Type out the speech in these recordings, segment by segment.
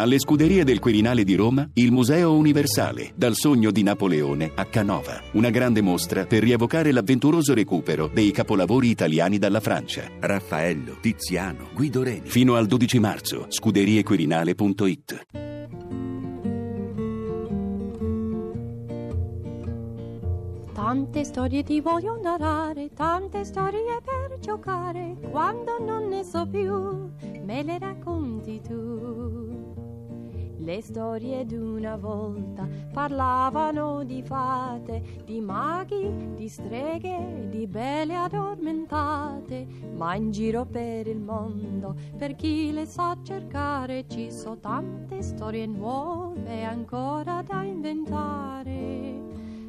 Alle scuderie del Quirinale di Roma, il Museo Universale, dal sogno di Napoleone a Canova. Una grande mostra per rievocare l'avventuroso recupero dei capolavori italiani dalla Francia. Raffaello, Tiziano, Guido Reni. Fino al 12 marzo, scuderiequirinale.it. Tante storie ti voglio narrare, tante storie per giocare, quando non ne so più, me le racconti tu. Le storie d'una volta parlavano di fate, di maghi, di streghe, di belle addormentate, ma in giro per il mondo, per chi le sa cercare, ci sono tante storie nuove ancora da inventare.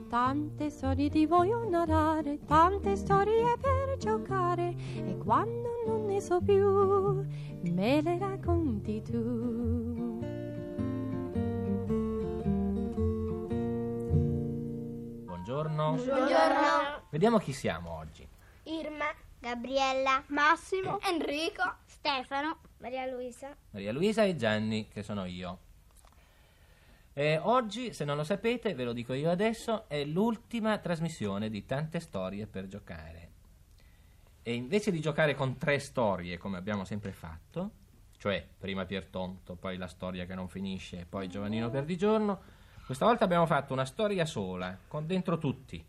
Tante storie ti voglio narrare, tante storie per giocare e quando non ne so più me le racconti tu. Buongiorno. Buongiorno. Vediamo chi siamo oggi. Irma, Gabriella, Massimo, Enrico, Stefano, Maria Luisa. Maria Luisa e Gianni, che sono io. E oggi, se non lo sapete, ve lo dico io adesso, è l'ultima trasmissione di tante storie per giocare. E invece di giocare con tre storie, come abbiamo sempre fatto, cioè prima Piertonto, poi la storia che non finisce, poi Giovannino per di giorno, questa volta abbiamo fatto una storia sola, con dentro tutti.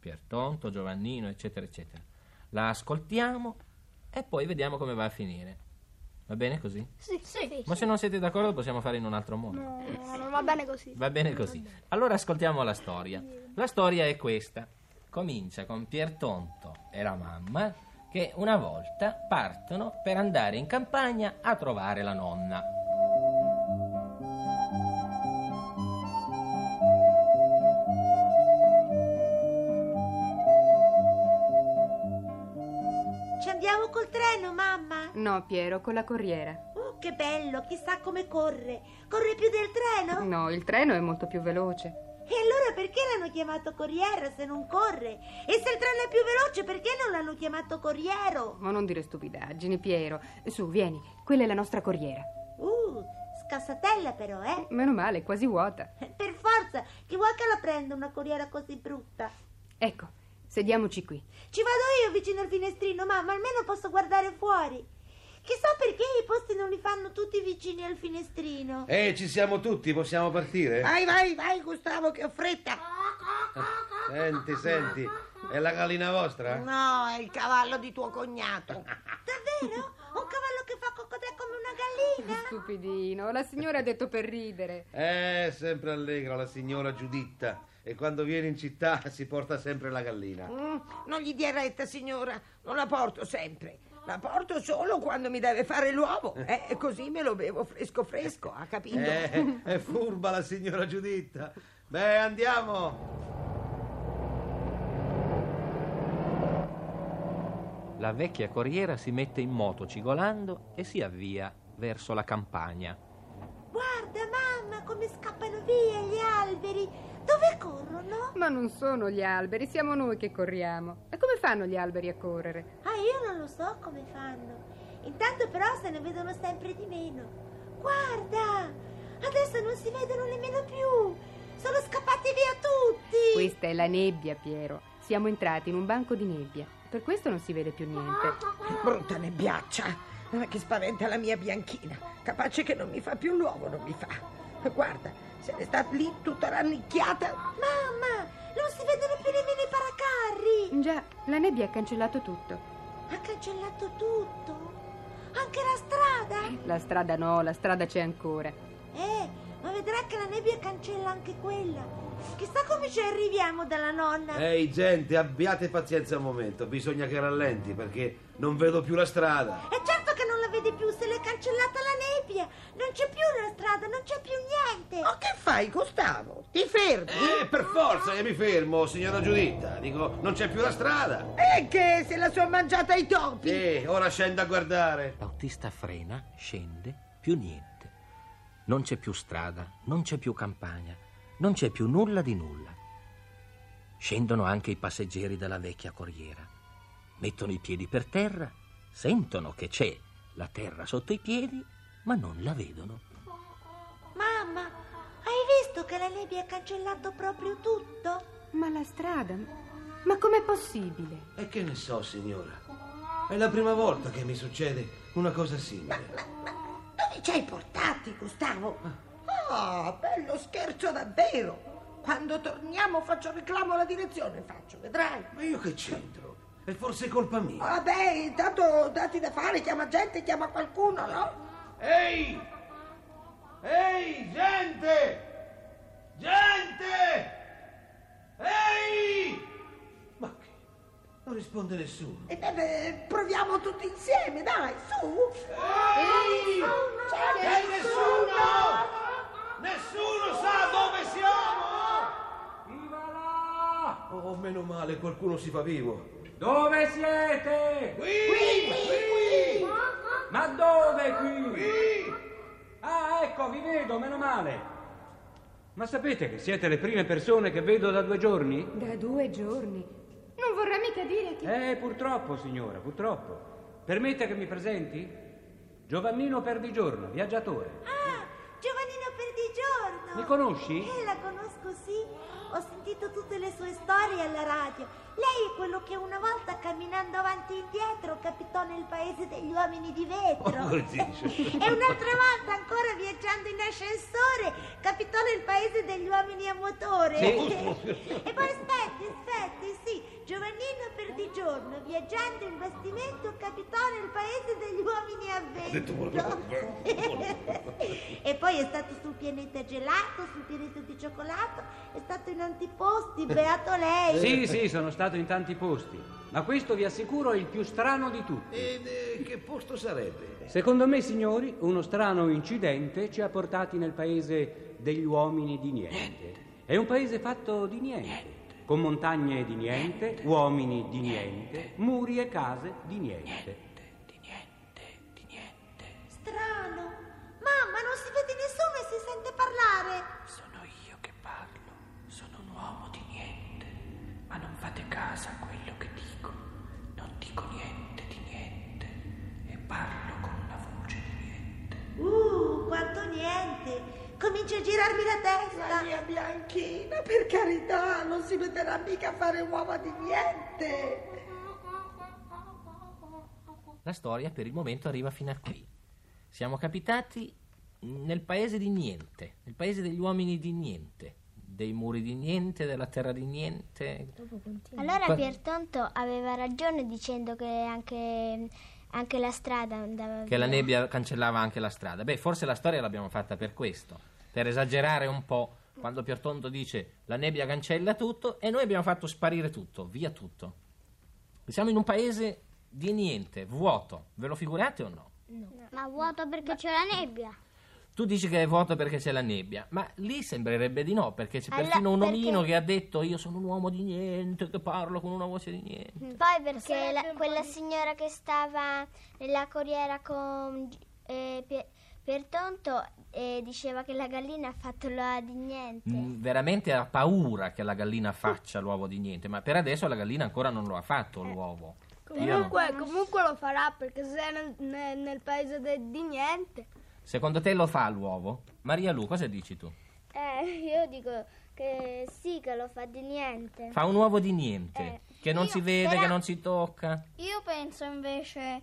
Piertonto, Giovannino, eccetera, eccetera. La ascoltiamo e poi vediamo come va a finire. Va bene così? Sì, sì. Ma se non siete d'accordo lo possiamo fare in un altro modo. No, non va bene così. Va bene così. Allora ascoltiamo la storia. La storia è questa. Comincia con Piertonto e la mamma che una volta partono per andare in campagna a trovare la nonna. Ci andiamo col treno, mamma? No, Piero, con la corriera. Oh, che bello, chissà come corre. Corre più del treno? No, il treno è molto più veloce. E allora perché l'hanno chiamato corriera se non corre? E se il treno è più veloce, perché non l'hanno chiamato corriero? Ma non dire stupidaggini, Piero. Su, vieni, quella è la nostra corriera. Uh, scassatella però, eh? Meno male, è quasi vuota. Per forza, chi vuoi che la prenda una corriera così brutta? Ecco, sediamoci qui. Ci vado io vicino al finestrino, mamma, almeno posso guardare fuori. Chissà perché i posti non li fanno tutti vicini al finestrino. Eh, ci siamo tutti, possiamo partire? Vai, vai, vai, Gustavo, che ho fretta. Senti, senti, è la gallina vostra? No, è il cavallo di tuo cognato. Davvero? Un cavallo che fa cocodè come una gallina? Stupidino, la signora ha detto per ridere. Eh, sempre allegra la signora Giuditta e quando viene in città si porta sempre la gallina. Mm, non gli dia retta, signora, non la porto sempre. La porto solo quando mi deve fare l'uovo. Eh, e così me lo bevo fresco fresco, ha capito? Eh, è furba la signora Giuditta. Beh, andiamo. La vecchia corriera si mette in moto cigolando e si avvia verso la campagna. Guarda, mamma, come scappano via gli alberi. Dove corrono? Ma non sono gli alberi, siamo noi che corriamo. E come fanno gli alberi a correre? Ah, io non lo so come fanno. Intanto però se ne vedono sempre di meno. Guarda, adesso non si vedono nemmeno più. Sono scappati via tutti. Questa è la nebbia, Piero. Siamo entrati in un banco di nebbia. Per questo non si vede più niente. Brutta nebbiaccia, eh, che spaventa la mia bianchina. Capace che non mi fa più l'uovo, non mi fa. Guarda, se ne sta lì tutta rannicchiata. Mamma, non si vedono più nemmeno i paracarri. Già, la nebbia ha cancellato tutto. Ha cancellato tutto. Anche la strada. La strada no, la strada c'è ancora. Eh, ma vedrà che la nebbia cancella anche quella. Chissà come ci arriviamo dalla nonna. Ehi, gente, abbiate pazienza un momento, bisogna che rallenti perché non vedo più la strada. E certo che non la vede più se l'è cancellata la nebbia. Non c'è più la strada, non c'è più niente. Oh, che fai, Gustavo? Ti fermi? Eh, per forza, io mi fermo, signora Giuditta. Dico, non c'è più la strada. E Eh, che se la sono mangiata ai topi? Eh, ora scenda a guardare. L'autista frena, scende, più niente. Non c'è più strada, non c'è più campagna, non c'è più nulla di nulla. Scendono anche i passeggeri dalla vecchia corriera. Mettono i piedi per terra, sentono che c'è la terra sotto i piedi ma non la vedono. Mamma, hai visto che la nebbia ha cancellato proprio tutto? Ma la strada? Ma com'è possibile? E che ne so, signora? È la prima volta che mi succede una cosa simile. Dove ci hai portati, Gustavo? Ah, bello scherzo davvero! Quando torniamo faccio reclamo alla direzione, faccio, vedrai. Ma io che c'entro? È forse colpa mia. Vabbè, intanto dati da fare, chiama gente, chiama qualcuno, no? Ehi! Ehi, gente! Gente! Ehi! Ma che? Non risponde nessuno. E beh, beh, proviamo tutti insieme, dai, su! Ehi! C'è C'è nessuno! Nessuno sa dove siamo! Viva là! Oh, meno male, qualcuno si fa vivo. Dove siete? Qui! Qui! Ma dove qui? Qui! Ah, ecco, vi vedo, meno male. Ma sapete che siete le prime persone che vedo da due giorni? Da due giorni. Non vorrà mica dire che... Eh, purtroppo, signora, purtroppo. Permetta che mi presenti? Giovannino Perdigiorno, viaggiatore. Ah, Giovannino Perdigiorno! Mi conosci? Eh, la conosco, sì. Ho sentito tutte le sue storie alla radio. Lei è quello che una volta camminando avanti e indietro capitò nel paese degli uomini di vetro. Oh, Jesus. e un'altra volta ancora viaggiando in ascensore capitò nel paese degli uomini a motore. e poi aspetti, aspetti, sì. Giovannino Perdigiorno, viaggiando in bastimento, capitò nel paese degli uomini a vento. e poi è stato sul pianeta gelato, sul pianeta di cioccolato, è stato in antiposti, beato lei. Sì, sì, sono stato in tanti posti. Ma questo, vi assicuro, è il più strano di tutti. Ed eh, che posto sarebbe? Secondo me, signori, uno strano incidente ci ha portati nel paese degli uomini di niente. È un paese fatto di niente, con montagne di niente, uomini di niente, muri e case di niente. Strano. Mamma, non si vede nessuno e si sente parlare. Sono io che parlo, sono un uomo di niente, ma non fate caso a quello che dico, non dico niente di niente e parlo con una voce di niente. Uh, quanto niente. Comincia a girarmi la La testa. mia bianchina, per carità, non si metterà mica a fare uova di niente! La storia per il momento arriva fino a qui. Siamo capitati nel paese di niente, nel paese degli uomini di niente, dei muri di niente, della terra di niente. Allora Qua- Piertonto aveva ragione dicendo che anche, anche la strada andava Che la nebbia cancellava anche la strada. Beh, forse la storia l'abbiamo fatta per questo, per esagerare un po'. Quando Piertondo dice la nebbia cancella tutto e noi abbiamo fatto sparire tutto, via tutto. Siamo in un paese di niente, vuoto. Ve lo figurate o no? Ma vuoto perché c'è la nebbia. Tu dici che è vuoto perché c'è la nebbia, ma lì sembrerebbe di no, perché c'è Alla- perfino un perché- omino che ha detto io sono un uomo di niente, che parlo con una voce di niente. Poi perché la- quella signora che stava nella corriera con eh, Pier- Piertonto eh, diceva che la gallina ha fatto l'oa di niente. Mm, Veramente ha paura che la gallina faccia l'uovo di niente, ma per adesso la gallina ancora non lo ha fatto l'uovo. Io non- Comunque, comunque lo farà perché se è nel, nel- nel paese de- di niente. Secondo te lo fa l'uovo? Maria Lu, cosa dici tu? Eh, io dico che sì, che lo fa di niente. Fa un uovo di niente, che non si vede, Eh. però- che non si tocca. Io penso invece,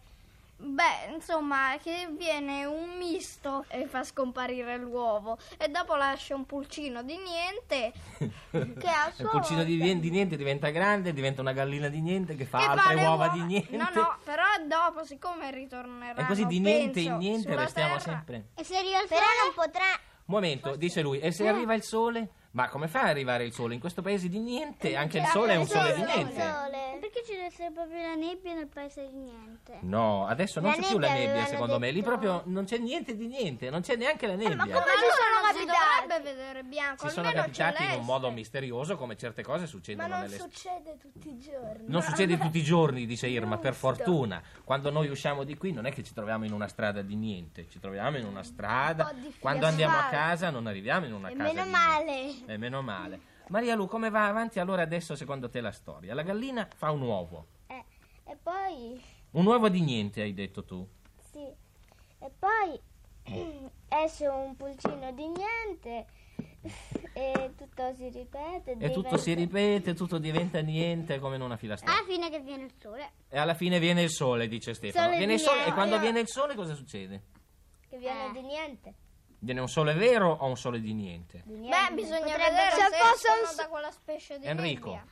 beh, insomma, che viene un misto e fa scomparire l'uovo e dopo lascia un pulcino di niente che a Il sua pulcino di, volta- di niente diventa grande, diventa una gallina di niente che fa che altre le uova di niente. No, no, però dopo, siccome ritornerà E così di niente in niente restiamo sempre. E se io Però non potrà. Momento, dice lui, e se arriva il sole? Ma come fa ad arrivare il sole? In questo paese di niente, anche il sole è eh, un sole di niente. Perché ci deve essere proprio la nebbia nel paese di niente? No, adesso non La c'è più la nebbia nebbia, avevano secondo me. Lì detto- proprio non c'è niente di niente, non c'è neanche la nebbia. Come ci sono non si dovrebbe vedere bianco, Si sono almeno capitati in celeste. un modo misterioso, come certe cose succedono nelle succede tutti i giorni. Non succede tutti i giorni, dice Irma, per fortuna. Quando noi usciamo di qui non è che ci troviamo in una strada di niente, ci troviamo in una strada. Un po' di Quando andiamo a asfalto. casa non arriviamo in una E casa. meno di male. niente. E meno male. Maria Lu, come va avanti allora adesso secondo te la storia? La gallina fa un uovo. Eh, e poi Un uovo di niente, hai detto tu. sì. E poi è su un pulcino di niente e tutto si ripete. E tutto si ripete, tutto diventa niente come in una filastrocca. Alla fine che viene il sole. E alla fine viene il sole, dice Stefano. Sole viene il di sole e neve. quando viene il sole cosa succede? Che viene di Eh, niente. Viene un sole vero o un sole di niente? Beh, bisogna Potrebbe- vedere se se, fosse un escono s- da quella specie di Enrico. nebbia.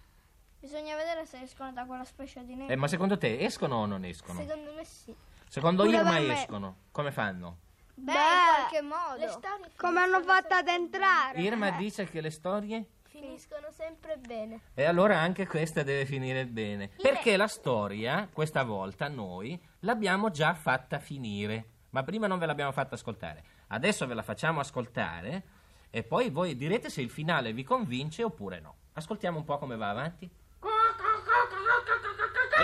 Bisogna vedere se escono da quella specie di nebbia. Eh, ma secondo te escono o non escono? Secondo me sì. Secondo Pure Irma per me. escono. Come fanno? Beh, in qualche modo. Come hanno fatto ad entrare? Irma dice che le storie... Finiscono sempre bene. E allora anche questa deve finire bene. Perché la storia, questa volta noi, l'abbiamo già fatta finire. Ma prima non ve l'abbiamo fatta ascoltare. Adesso ve la facciamo ascoltare e poi voi direte se il finale vi convince oppure no. Ascoltiamo un po' come va avanti.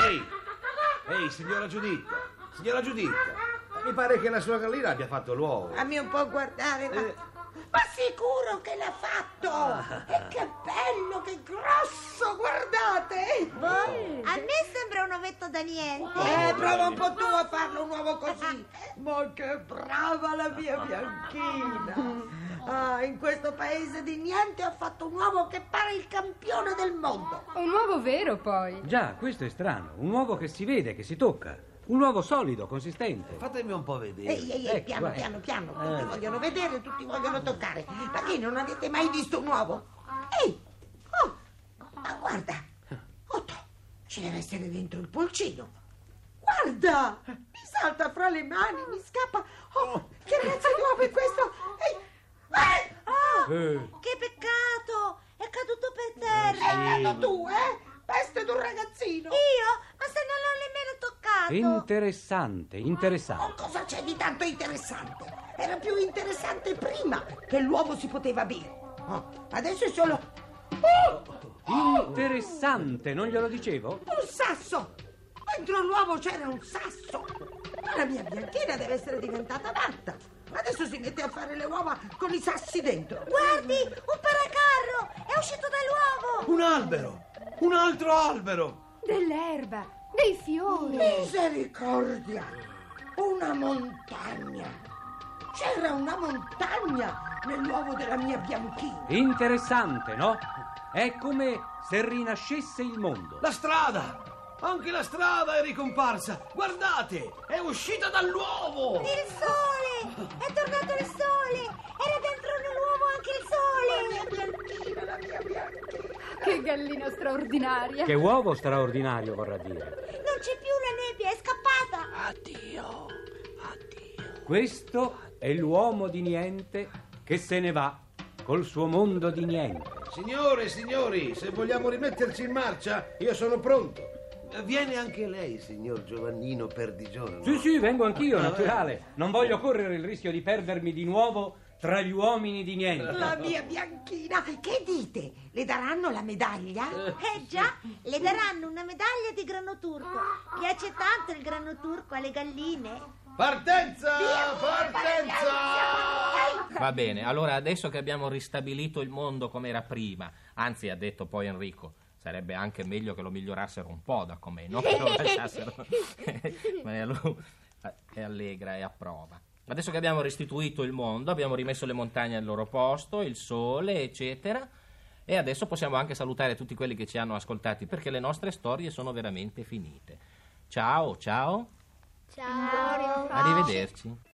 Ehi, ehi, signora Giuditta, signora Giuditta, mi pare che la sua gallina abbia fatto l'uovo. Fammi un po' guardare, ma, ma sicuro che l'ha fatto! E che bello, che grosso, guardate! A me sembra un ovetto da niente. Eh, prova un po' tu a farlo un uovo così! Ma che brava la mia bianchina! Ah, in questo paese di niente ho fatto un uovo che pare il campione del mondo! Un uovo vero, poi. Già, questo è strano. Un uovo che si vede, che si tocca. Un uovo solido, consistente. Fatemi un po' vedere. Ehi, ehi, ehi, Ecco, piano, guarda. piano, piano, Eh. tutti vogliono vedere, tutti vogliono toccare. Ma che non avete mai visto un uovo? Ehi, oh, ma guarda, Otto, ci deve essere dentro il pulcino. Guarda, mi salta fra le mani, mi scappa. Oh, che razza di uovo è questo? Ehi, ehi, Oh, Eh. che peccato! È caduto per sei terra. andato tu, eh? Peste d'un ragazzino. Io? Ma se non l'ho nemmeno toccato. Interessante, interessante. Oh, Cosa c'è di tanto interessante? Era più interessante prima che l'uovo si poteva bere. Oh, adesso è solo... Oh! Interessante, non glielo dicevo? Un sasso! Dentro l'uovo c'era un sasso! Ma la mia bianchina deve essere diventata matta! Adesso si mette a fare le uova con i sassi dentro! Guardi, un paracarro! È uscito dall'uovo! Un albero, un altro albero. Dell'erba, dei fiori. Misericordia! Una montagna! C'era una montagna nell'uovo della mia bianchina! Interessante, no? È come se rinascesse il mondo. La strada, anche la strada è ricomparsa. Guardate, è uscita dall'uovo. Il sole! È tornato il sole! Era dentro nell'uovo anche il sole! La mia bianchina! Che gallina straordinaria. Che uovo straordinario, vorrà dire. Non c'è più la nebbia, è scappata! Addio. Questo è l'uomo di niente che se ne va col suo mondo di niente. Signore, signori, se vogliamo rimetterci in marcia, io sono pronto. Eh, Viene anche lei, signor Giovannino Perdigiorno. Sì, sì, vengo anch'io, naturale. Non voglio correre il rischio di perdermi di nuovo tra gli uomini di La niente. mia bianchina! Che dite? Le daranno la medaglia? Eh già, le daranno una medaglia di grano turco. Piace tanto il grano turco alle galline. Partenza! Partenza! Va bene, allora adesso che abbiamo ristabilito il mondo come era prima, anzi ha detto poi Enrico, sarebbe anche meglio che lo migliorassero un po' da com'è, non che lo lasciassero. Ma è, allu- è allegra e approva. Adesso che abbiamo restituito il mondo, abbiamo rimesso le montagne al loro posto, il sole, eccetera, e adesso possiamo anche salutare tutti quelli che ci hanno ascoltati perché le nostre storie sono veramente finite. Ciao, ciao, Ciao. arrivederci.